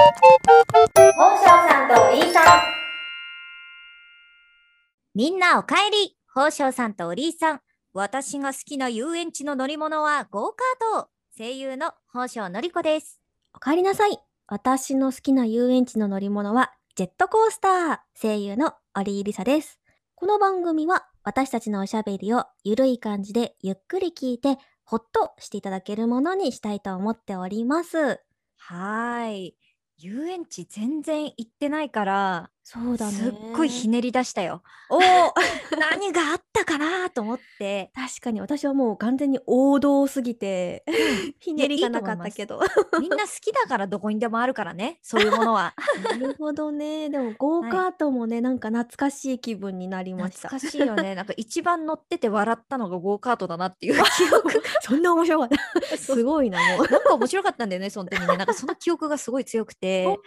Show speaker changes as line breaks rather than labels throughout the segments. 本庄さんとリーさん。
みんなおかえり宝生さんとおりーさん私が好きな遊園地の乗り物はゴーカート声優の宝生のりこです
おかえりなさい。私の好きな遊園地の乗り物は、ジェットコースター。声優のオリーリサです。この番組は、私たちのおしゃべりをゆるい感じでゆっくり聞いて、ほっとしていただけるものにしたいと思っております。
はーい遊園地全然行ってないから
そうだね。
すっごいひねり出したよおお 何があったかなと思って
確かに私はもう完全に王道すぎて、 ひねりがなかったけど。
みんな好きだからどこにでもあるからねそういうものは
なるほどね。でも、ゴーカートもね、なんか懐かしい気分になりました。
懐かしいよねなんか一番乗ってて笑ったのがゴーカートだなっていう 記憶が
そんな面白かった。すごいな、もう。
なんか面白かったんだよねその時ねなんかその記憶がすごい強くて
お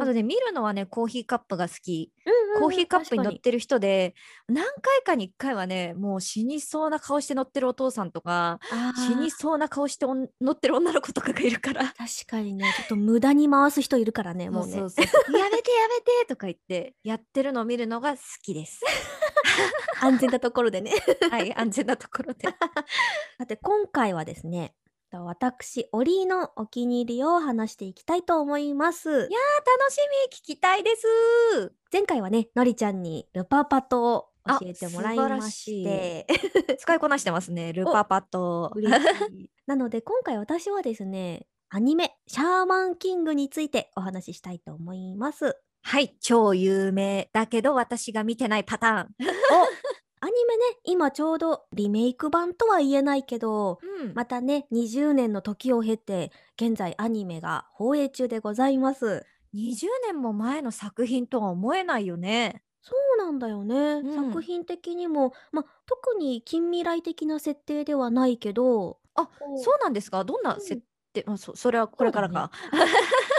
あとね見るのはねコーヒーカップが好き
うんうん
コーヒーカップに乗っ
確
てる人で何回かに1回はねもう死にそうな顔して乗ってるお父さんとか
かに
死
あー
にそうな顔しておん乗ってる女の子とかがいるから。
確かにね、ちょっと無駄に回す人いるからね、
も
も
う
うね。
そうそうそう やめてやめてとか言ってやってるのを見るのが好きです。
安全なところでね。
はい安全なところで。
さて、今回はですね、私、オリーのお気に入りを話していきたいと思います。
楽しみ聞きたいです。
前回はね、のりちゃんにルパパトを
あ
教えてもらいまして、
使いこなしてますねルパパと。
嬉しいなので、今回私はですね、アニメ、シャーマンキングについてお話ししたいと思います。
はい超有名だけど私が見てないパターン。
アニメね、今ちょうどリメイク版とは言えないけど、
うん
またね20年の時を経て現在アニメが放映中でございます
20年も前の作品とは思えないよね。
そうなんだよね、
ん
作品的にもま特に近未来的な設定ではないけど
あ
こ
そうなんですかどんな設定、まあ、そそれはこれからか。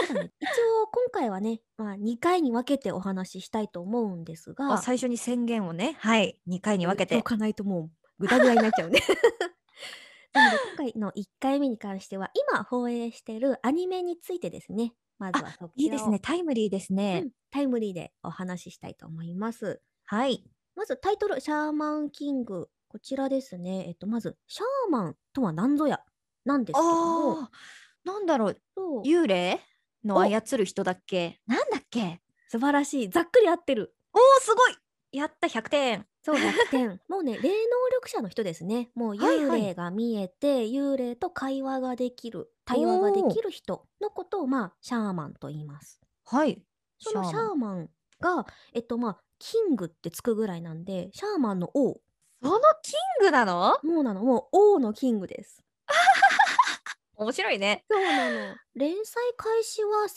そうだね一応今回はね、まあ、2回に分けてお話ししたいと思うんです
あ
が
最初に宣言をねはい2回に分け
言ってお。かないともうぐだぐだになっちゃうねなので今回の1回目に関しては今放映してるアニメについてですねまずはそっ
いいですねタイムリーですね。
うんタイムリーでお話ししたいと思います。
はい。
まずタイトル、シャーマンキング。こちらですね。えっと、まず、シャーマンとは何ぞやなんですけども、
あーなんだろう
そう
幽霊の
お
操る人だっけなんだっけ
素晴らしい。ざっくり合ってる。
おおすごいやった100点
そう、100点。もうね、霊能力者の人ですね。もう
はい
幽
はい
霊が見えて、幽霊と会話ができる、対話ができる人のことを、まあ、シャーマンと言います。
はい。
そのシ
シャーマン
ャーマンが、えっと、まあ、キングってつくぐらいなんで、シャーマンの王。
そのキングなの
もうなの、もう王のキングです。
面白いね。
そうなの。連載開始は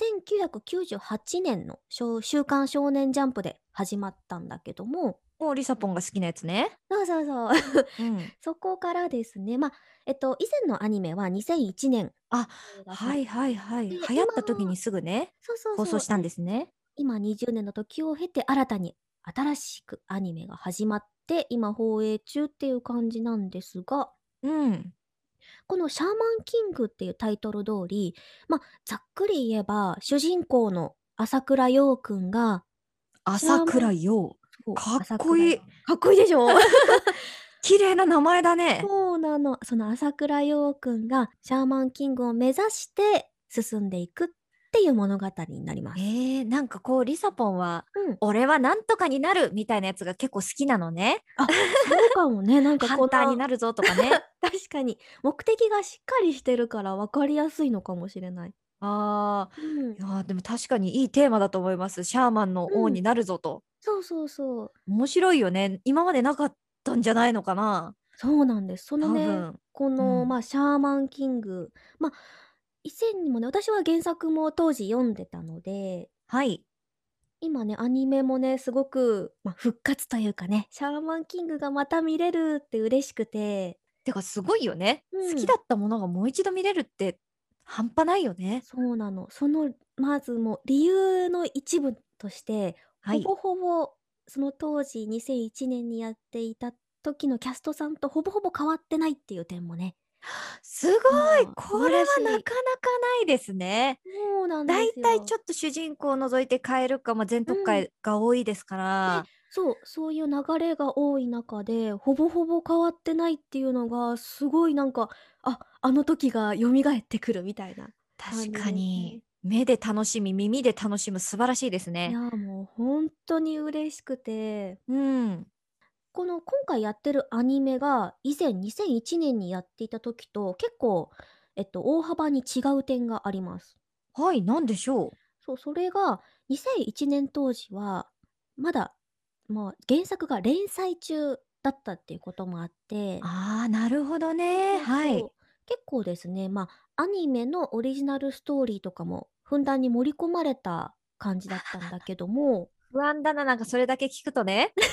1998年の少週刊少年ジャンプで始まったんだけども、
もうリサポンが好きなやつね。
そうそうそう。
うん、
そこからですね、まあ、えっと、以前のアニメは2001年。
あはいはいはい。流行った時にすぐね
そうそうそう。
放送したんですね。
今20年の時を経て新たに新しくアニメが始まって、今放映中っていう感じなんですが、
うん。
この「シャーマンキング」っていうタイトル通り、まあ、ざっくり言えば主人公の朝倉陽君が
朝倉陽。
そう
かっ
朝
こ
倉
いい
陽かっこいいでしょ
綺麗な名前だね。
そうなのその朝倉陽君がシャーマンキングを目指して進んでいくっていう物語になります。
えー、なんかこうリサポンは
うん
「俺はなんとかになる」みたいなやつが結構好きなのね。
そうかもねなんか
ハ
こ
ン
ん
ターになるぞとか ね。
確かに目的がしっかりしてるから分かりやすいのかもしれない。
あー
うん
いやーでも確かにいいテーマだと思います。シャーマンの王
うん
になるぞと。
そうそうそう
面白いよね。今までなかったんじゃないのかな。
そうなんですそ
多
のね
分。
この、
うん
まあシャーマンキングまあ以前にもね私は原作も当時読んでたので
はい。
今ねアニメもねすごく、まあ、復活というかねシャーマンキングがまた見れるって嬉しくて
てかすごいよね。
うん
好きだったものがもう一度見れるって半端ないよね。
そうなのそのまずもう理由の一部として、
はい。
ほぼほぼその当時2001年にやっていた時のキャストさんとほぼほぼ変わってないっていう点もね
すごい
うん
これはな
素晴
からな
しい
かないですね。
そうそうなんです
大
よ。
体ちょっと主人公を除いて変えるか、まあ、全特会が多いですから、
そう、そういう流れが多い中で、ほぼほぼ変わってないっていうのが、すごいなんか、あ、あの時が蘇ってくるみたいな。
確かに目で楽しみ耳で楽しむ素晴らしいです
い
ね
や。ー、もう本当に嬉しくて、
うん、
この今回やってるアニメが、以前2001年にやっていた時と、結構、えっと、大幅に違う点があります。
はい何でしょう
そう、それが、2001年当時は、まだ、まあ、原作が連載中だったっていうこともあって、
あーなるほどね
そう
は
そ。
いう
結構ですね、まあ、アニメのオリジナルストーリーとかもふんだんに盛り込まれた感じだったんだけども、
不安だななんかそれだけ聞くとね
ちょ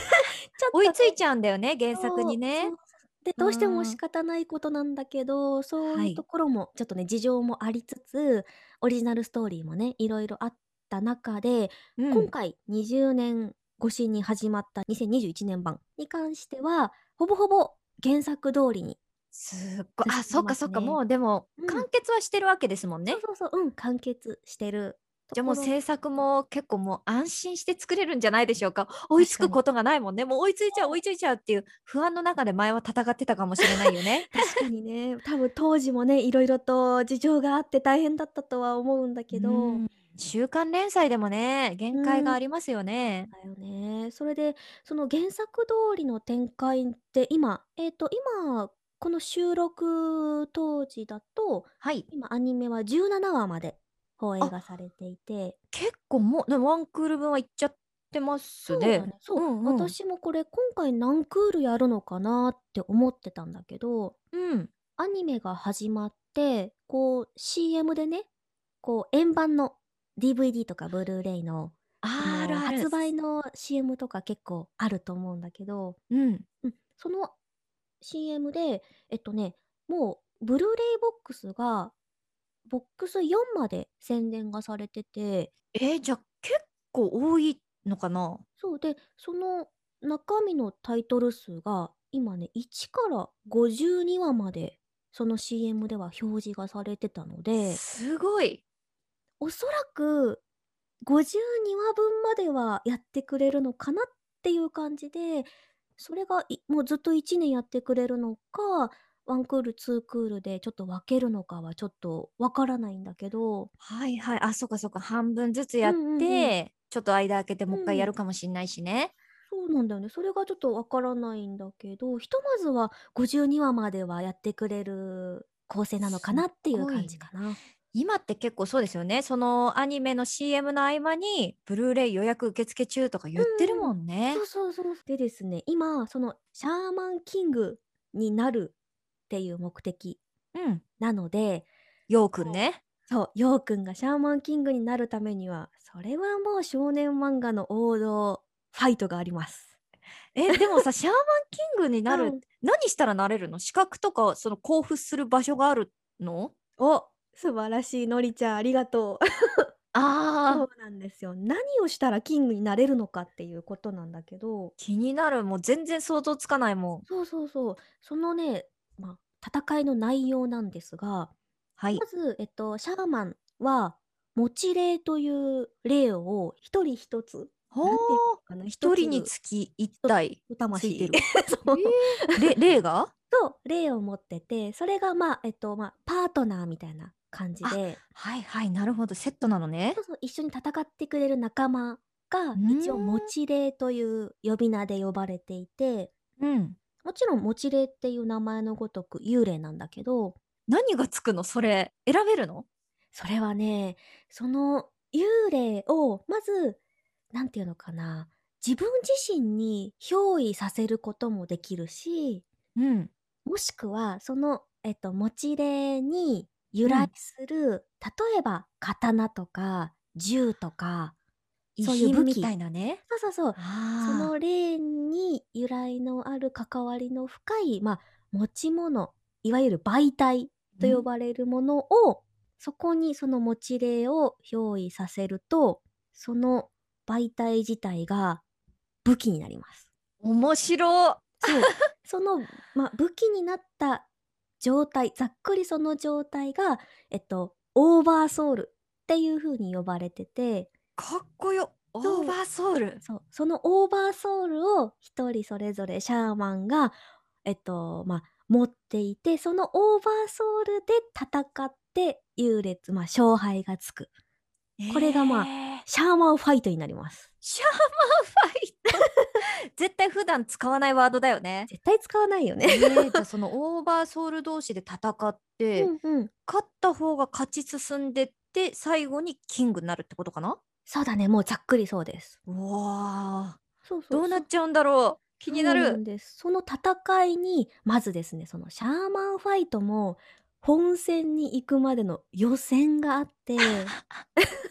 っと
追いつ いちゃうんだよね原作に
そ
ね
う。で、どうしても
うん
仕方ないことなんだけど、そう
はいいう
ところも、ちょっとね、事情もありつつ、オリジナルストーリーもね、いろいろあった中で、
うん
今回20年越しに始まった2021年版に関しては、ほぼほぼ原作通りに、
すっごい
進んで
あそっか
ます
そっか
ね
もうでも、
うん
完結はしてるわけですもんね。
そうそうそう、うん、完結してるところ。
じゃあもう制作も結構もう安心して作れるんじゃないでしょうか追いつくことがないもんねもう追いついちゃう追いついちゃうっていう不安の中で前は戦ってたかもしれないよね
確かにね多分当時もねいろいろと事情があって大変だったとは思うんだ けど、
うん週刊連載でもね限界がありますよね、
だよねそれでその原作通りの展開って今えっ、と今この収録当時だと
はい
今アニメは17話まで放映がされていて
結構もうねワンクール分はいっちゃってます
だ
ね
ねそう、
うんうん
私もこれ今回何クールやるのかなって思ってたんだけど
うん
アニメが始まって、こう CM でね、こう円盤の DVD とかブルーレイの
あーあ
あの
るある
発売の CM とか結構あると思うんだけど、
うん
うん、その CM で、えっとね、もうブルーレイボックスがボックス4まで宣伝がされてて、
えー、じゃあ結構多いのかな
そうで、その中身のタイトル数が今ね、1から52話までその CM では表示がされてたので、
すごい
おそらく52話分まではやってくれるのかなっていう感じでそれがいもうずっと1年やってくれるのかワンクールツークールでちょっと分けるのかはちょっとわからないんだけど
はいはいあそうかそうか半分ずつやって、
うんうんうん
ちょっと間開けてもう一
う
回
ん
やるかもしんないしね、
そうなんだよねそれがちょっとわからないんだけどひとまずは52話まではやってくれる構成なのかなっていう感じかな。
今って結構そうですよねそのアニメの CM の合間にブルーレイ予約受付中とか言ってるもんね、
そうそうそう。でですね今そのシャーマンキングになるっていう目的
うん
なので
ようくんね
そう、ようくんがシャーマンキングになるためには、それはもう少年漫画の王道、ファイトがあります。
えでもさシャーマンキングになる、
うん
何したらなれるの資格とかその交付する場所があるの
お素晴らしい、のりちゃん、ありがとう。 そ
あ
うなんですよ。何をしたらキングになれるのかっていうことなんだけど、
気になるもう全然想像つかないもん
そうそうそう、そのね、まあ、戦いの内容なんですが、
はい
まず、えっと、シャーマンは、持ち霊という霊を一人一つ、
ほ
なんていう
ー
あの
一人に
一つ
つき一体ついて
魂
る
そう
れ霊が
と霊を持っててそれがまあえっとまあパートナーみたいな感じ
あ
で
はいはいなるほどセットなのね
そうそう一緒に戦ってくれる仲間が
ーん
一応持ち霊という呼び名で呼ばれていて
うん
もちろん持ち霊っていう名前のごとく幽霊なんだけど
何がつくのそれ選べるの
それはねその幽霊をまずなんていうのかな自分自身に憑依させることもできるし
うん
もしくは、その、えっと、持ち霊に由来する、例えば、刀とか、銃とか、
遺
そういう
品
武
み
器
たいなね
そうそうそう、そ
あ
の霊に由来のある関わりの深い、まあ、持ち物、いわゆる媒体と呼ばれるものを、そこにその持ち霊を憑依させると、その媒体自体が武器になります。
ー面白
そうその、まあ、武器になった状態ざっくりその状態が、えっと、オーバーソウルっていう風に呼ばれてて、
かっこよ
そう
オーバーソウル
そうそのオーバーソウルを一人それぞれシャーマンが、えっとまあ、持っていてそのオーバーソウルで戦って優劣、まあ、勝敗がつく これがまあ
えー
シャーマンファイトになります
シャーマンファイト絶対普段使わないワードだよね。
絶対使わないよ
え
ね、
ーじゃあそのオーバーソウル同士で戦って、
うんうん、
勝った方が勝ち進んでって最後にキングになるってことかな
そうだねもうざっくりそうです
うわ
そうそう
ーどうなっちゃうんだろう気にな
そうな
る
んですその戦いにまずですねそのシャーマンファイトも本戦に行くまでの予選があって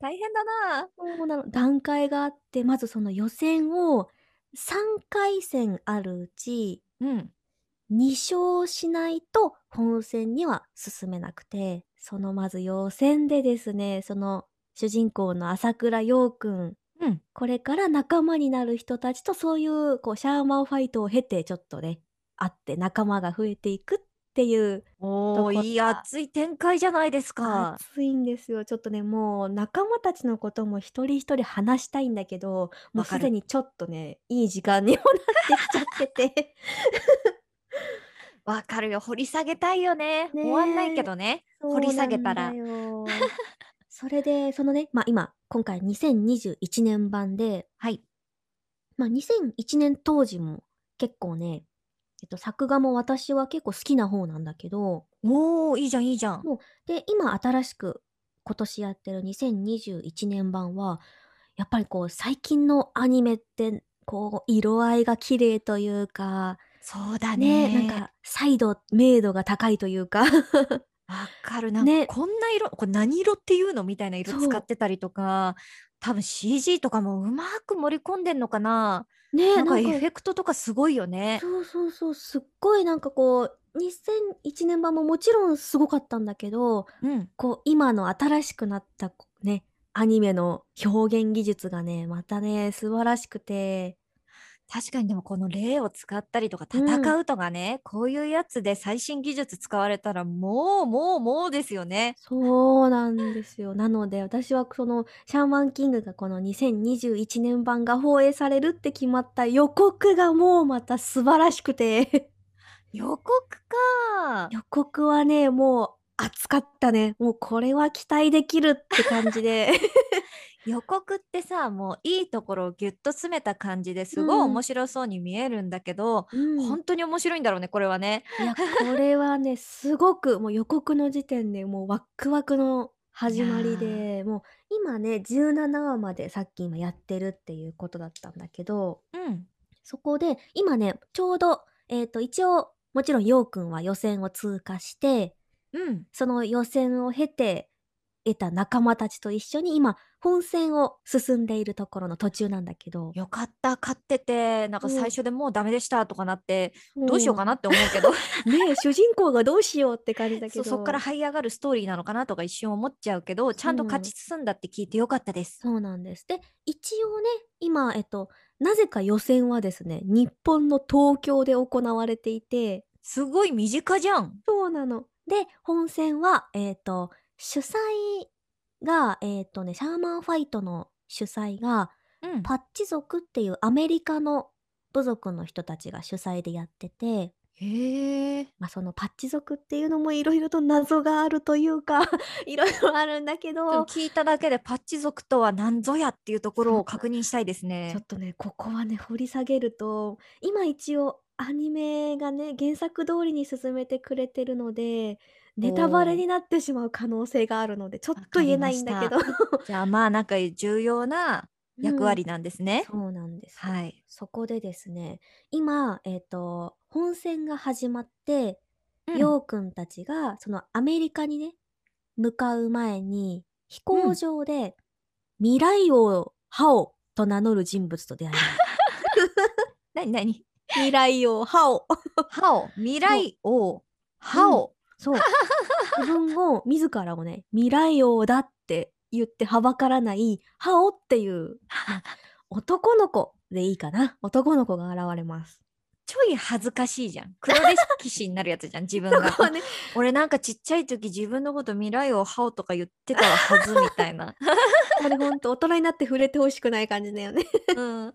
大変だな
そうなの段階があってまずその予選を3回戦あるうち
うん
2勝しないと本戦には進めなくてそのまず予選でですねその主人公の朝倉陽くん
うん
これから仲間になる人たちとそういうこうシャーマンファイトを経てちょっとね会って仲間が増えていくっていう
お
どこだ
ーいい熱い展開じゃないですか
熱いんですよちょっとねもう仲間たちのことも一人一人話したいんだけどもう
わか
す
る
でにちょっとねいい時間にもなってきちゃってて
わかるよ掘り下げたいよね
ねー
終わんないけどね掘り下げたら
そうなんだよそれでそのねまあ今今回2021年版で
はい
まあ、2001年当時も結構ね、えっと、作画も私は結構好きな方なんだけど、
おーいいじゃんいいじゃん
で、今新しく今年やってる2021年版は、やっぱりこう最近のアニメって、こう色合いが綺麗というか、
そうだ
ね、
ね
なんか再度明度が高いというか、
わかるなんか、
ね
こんな色これ何色っていうのみたいな色
そう
使ってたりとか多分 CG とかもうまく盛り込んでんのかな
ね、
なんかエフェクトとかすごいよね
そうそうそう、すっごいなんかこう、2001年版ももちろんすごかったんだけど、
うん
こう今の新しくなったこうねアニメの表現技術がねまたね素晴らしくて
確かにでもこの例を使ったりとか
うん
戦うとかね、こういうやつで最新技術使われたらもうもうもうですよね
そうなんですよなので私はその「シャーマンキング」がこの2021年版が放映されるって決まった予告がもうまた素晴らしくて
予告か
予告はねもう熱かったねもうこれは期待できるって感じで
予告ってさもういいところをギュッと詰めた感じですごい
うん
面白そうに見えるんだけど、
うん
本当に面白いんだろうねこれはね
いやこれはねすごくもう予告の時点でもうワックワクの始まり
いや
でもう今ね17話までさっき今やってるっていうことだったんだけど
うん
そこで今ねちょうど、えー、と一応もちろんようくんは予選を通過して
うん
その予選を経て得た仲間たちと一緒に今本戦を進んでいるところの途中なんだけど
よかった勝っててなんか
うん
最初でもうダメでしたとかなって、どうしようか
な
なって思う けど
ねえ主人公がどうしようって感じだけ
そ
ど
うそっから這い上がるストーリーなのかなとか一瞬思っちゃうけどちゃんと
そうなの
勝ち進んだって聞いてよかったです。
そうなんです。で、一応ね、今、えっと、なぜか予選はですね、日本の東京で行われていて、
すごい身近じゃん。
そうなの。で、本戦は、えっと、主催が、えっとね、シャーマンファイトの主催が、
うん、
パッチ族っていうアメリカの部族の人たちが主催でやってて、
へえ。
まあ、そのパッチ族っていうのもいろいろと謎があるというか、 いろいろあるんだけ
でも
ど、
聞いただけでパッチ族とは何ぞやっていうところを確認したいです
ちょ
ね
っ。とねここはね掘り下げると今一応アニメがね原作通りに進めてくれてるのでネタバレになってしまう可能性があるのでちょっと言えないんだけど
わじゃあまあなんか重要な役割なんですね。
そうなんです、
はい。
そこでですね今えっ、と本戦が始まって、
うん
ようくんたちがそのアメリカにね向かう前に飛行場で、未来王ハオと名乗る人物と出会います
何何？
未来王ハオ
ハオ未来王ハオ、
そう。自分を、自らをね、未来王だって言ってはばからない、ハオっていう、まあ男の子でいいかな。男の子が現れます。
ちょい恥ずかしいじゃん黒歴史になるやつじ ゃん自分
そ
が
こはね、
俺なんかちっちゃい時自分のこと未来をハオとか言ってたはずみたいな、
あれほんと大人になって触れてほしくない感じだよね。
うん、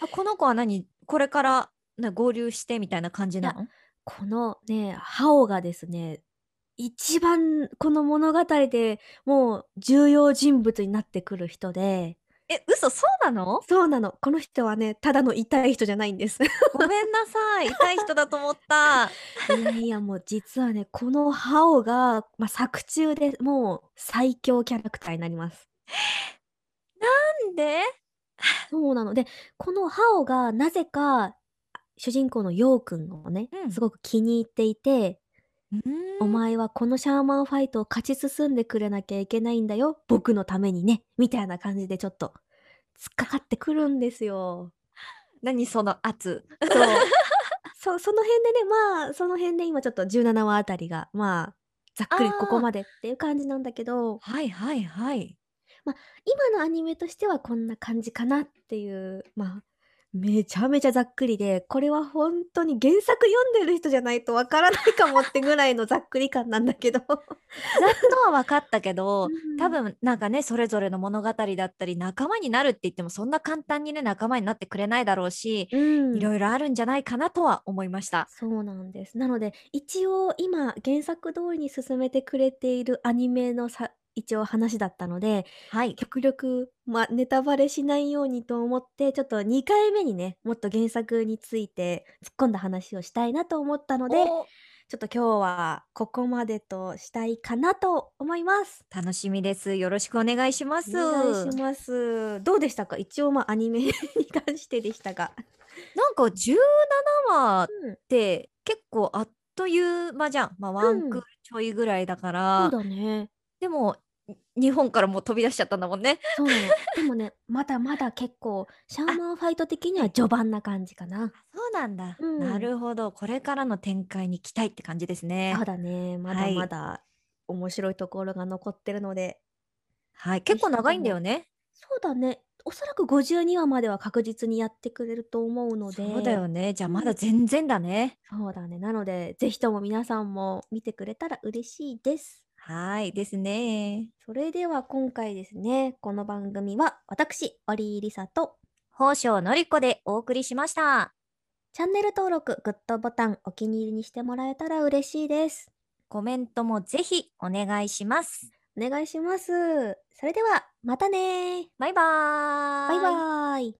あこの子は何これからな合流してみたいな感じなの
このね、ハオがですね、一番この物語でもう重要人物になってくる人で、
え嘘そうなの
そうなの。この人はね、ただの痛い人じゃないんです。
ごめんなさい痛い人だと思った
いやいや、もう実はね、このハオが、まあ、作中でもう最強キャラクターになります。
なんで
そうなので、このハオがなぜか、主人公のヨウくんをね、
うん
すごく気に入っていて、お
お前
前はこのシャーマンファイトを勝ち進んでくれなきゃいけないんだよ。僕のためにね。みたいな感じでちょっと、突っかかってくるんですよ。
何その圧
そう。そう、その辺でね、まあ、その辺で今ちょっと17話あたりが、まあ、ざっくりここ
あー
までっていう感じなんだけど、
はいはいはい
今のアニメとしてはこんな感じかなっていう、まあ、めちゃめちゃざっくりで、これは本当に原作読んでる人じゃないとわからないかもってぐらいのざっくり感なんだけど。
ざっとは分かったけど多
うん
分なんかねそれぞれの物語だったり仲間になるって言ってもそんな簡単にね仲間になってくれないだろうし、
うん
いろいろあるんじゃないかなとは思いました。
そうなんです。なので、一応今、原作通りに進めてくれているアニメのさ一応話だったので、
はい、
極力、まあ、ネタバレしないようにと思って、ちょっと2回目にね、もっと原作について突っ込んだ話をしたいなと思ったので、
お
ちょっと今日はここまでとしたいかなと思います。
楽しみです。よろしくお願いします。
お願いします。どうでしたか一応まあアニメ に関してでしたが。
なんか17話っ
うん、
て結構あっという間じゃん。まあワンクールちょいぐらいだから、
だね。
でもに日本からもう飛び出しちゃったんだもんね。
そうなの。でもね、まだまだ結構、シャーマンファイト的には序盤な感じかな。
そうなんだ、
うん
なるほど。これからの展開に期待って感じですね
そう。だね。まだまだ面白いところが残ってるので。
はい、結構長いんだよね。
そうだね。おそらく52話までは確実にやってくれると思うので。
そうだよね。じゃあ
うん
まだ全然だね。
そうだね。なので、ぜひとも皆さんも見てくれたら嬉しいです。
はいですね。
それでは今回ですね、この番組は私、オリーリサと、
宝生のりこでお送りしました。
チャンネル登録、グッドボタン、お気に入りにしてもらえたら嬉しいです。
コメントもぜひお願いします。
お願いします。それでは、またね
バイバー
バイバーイ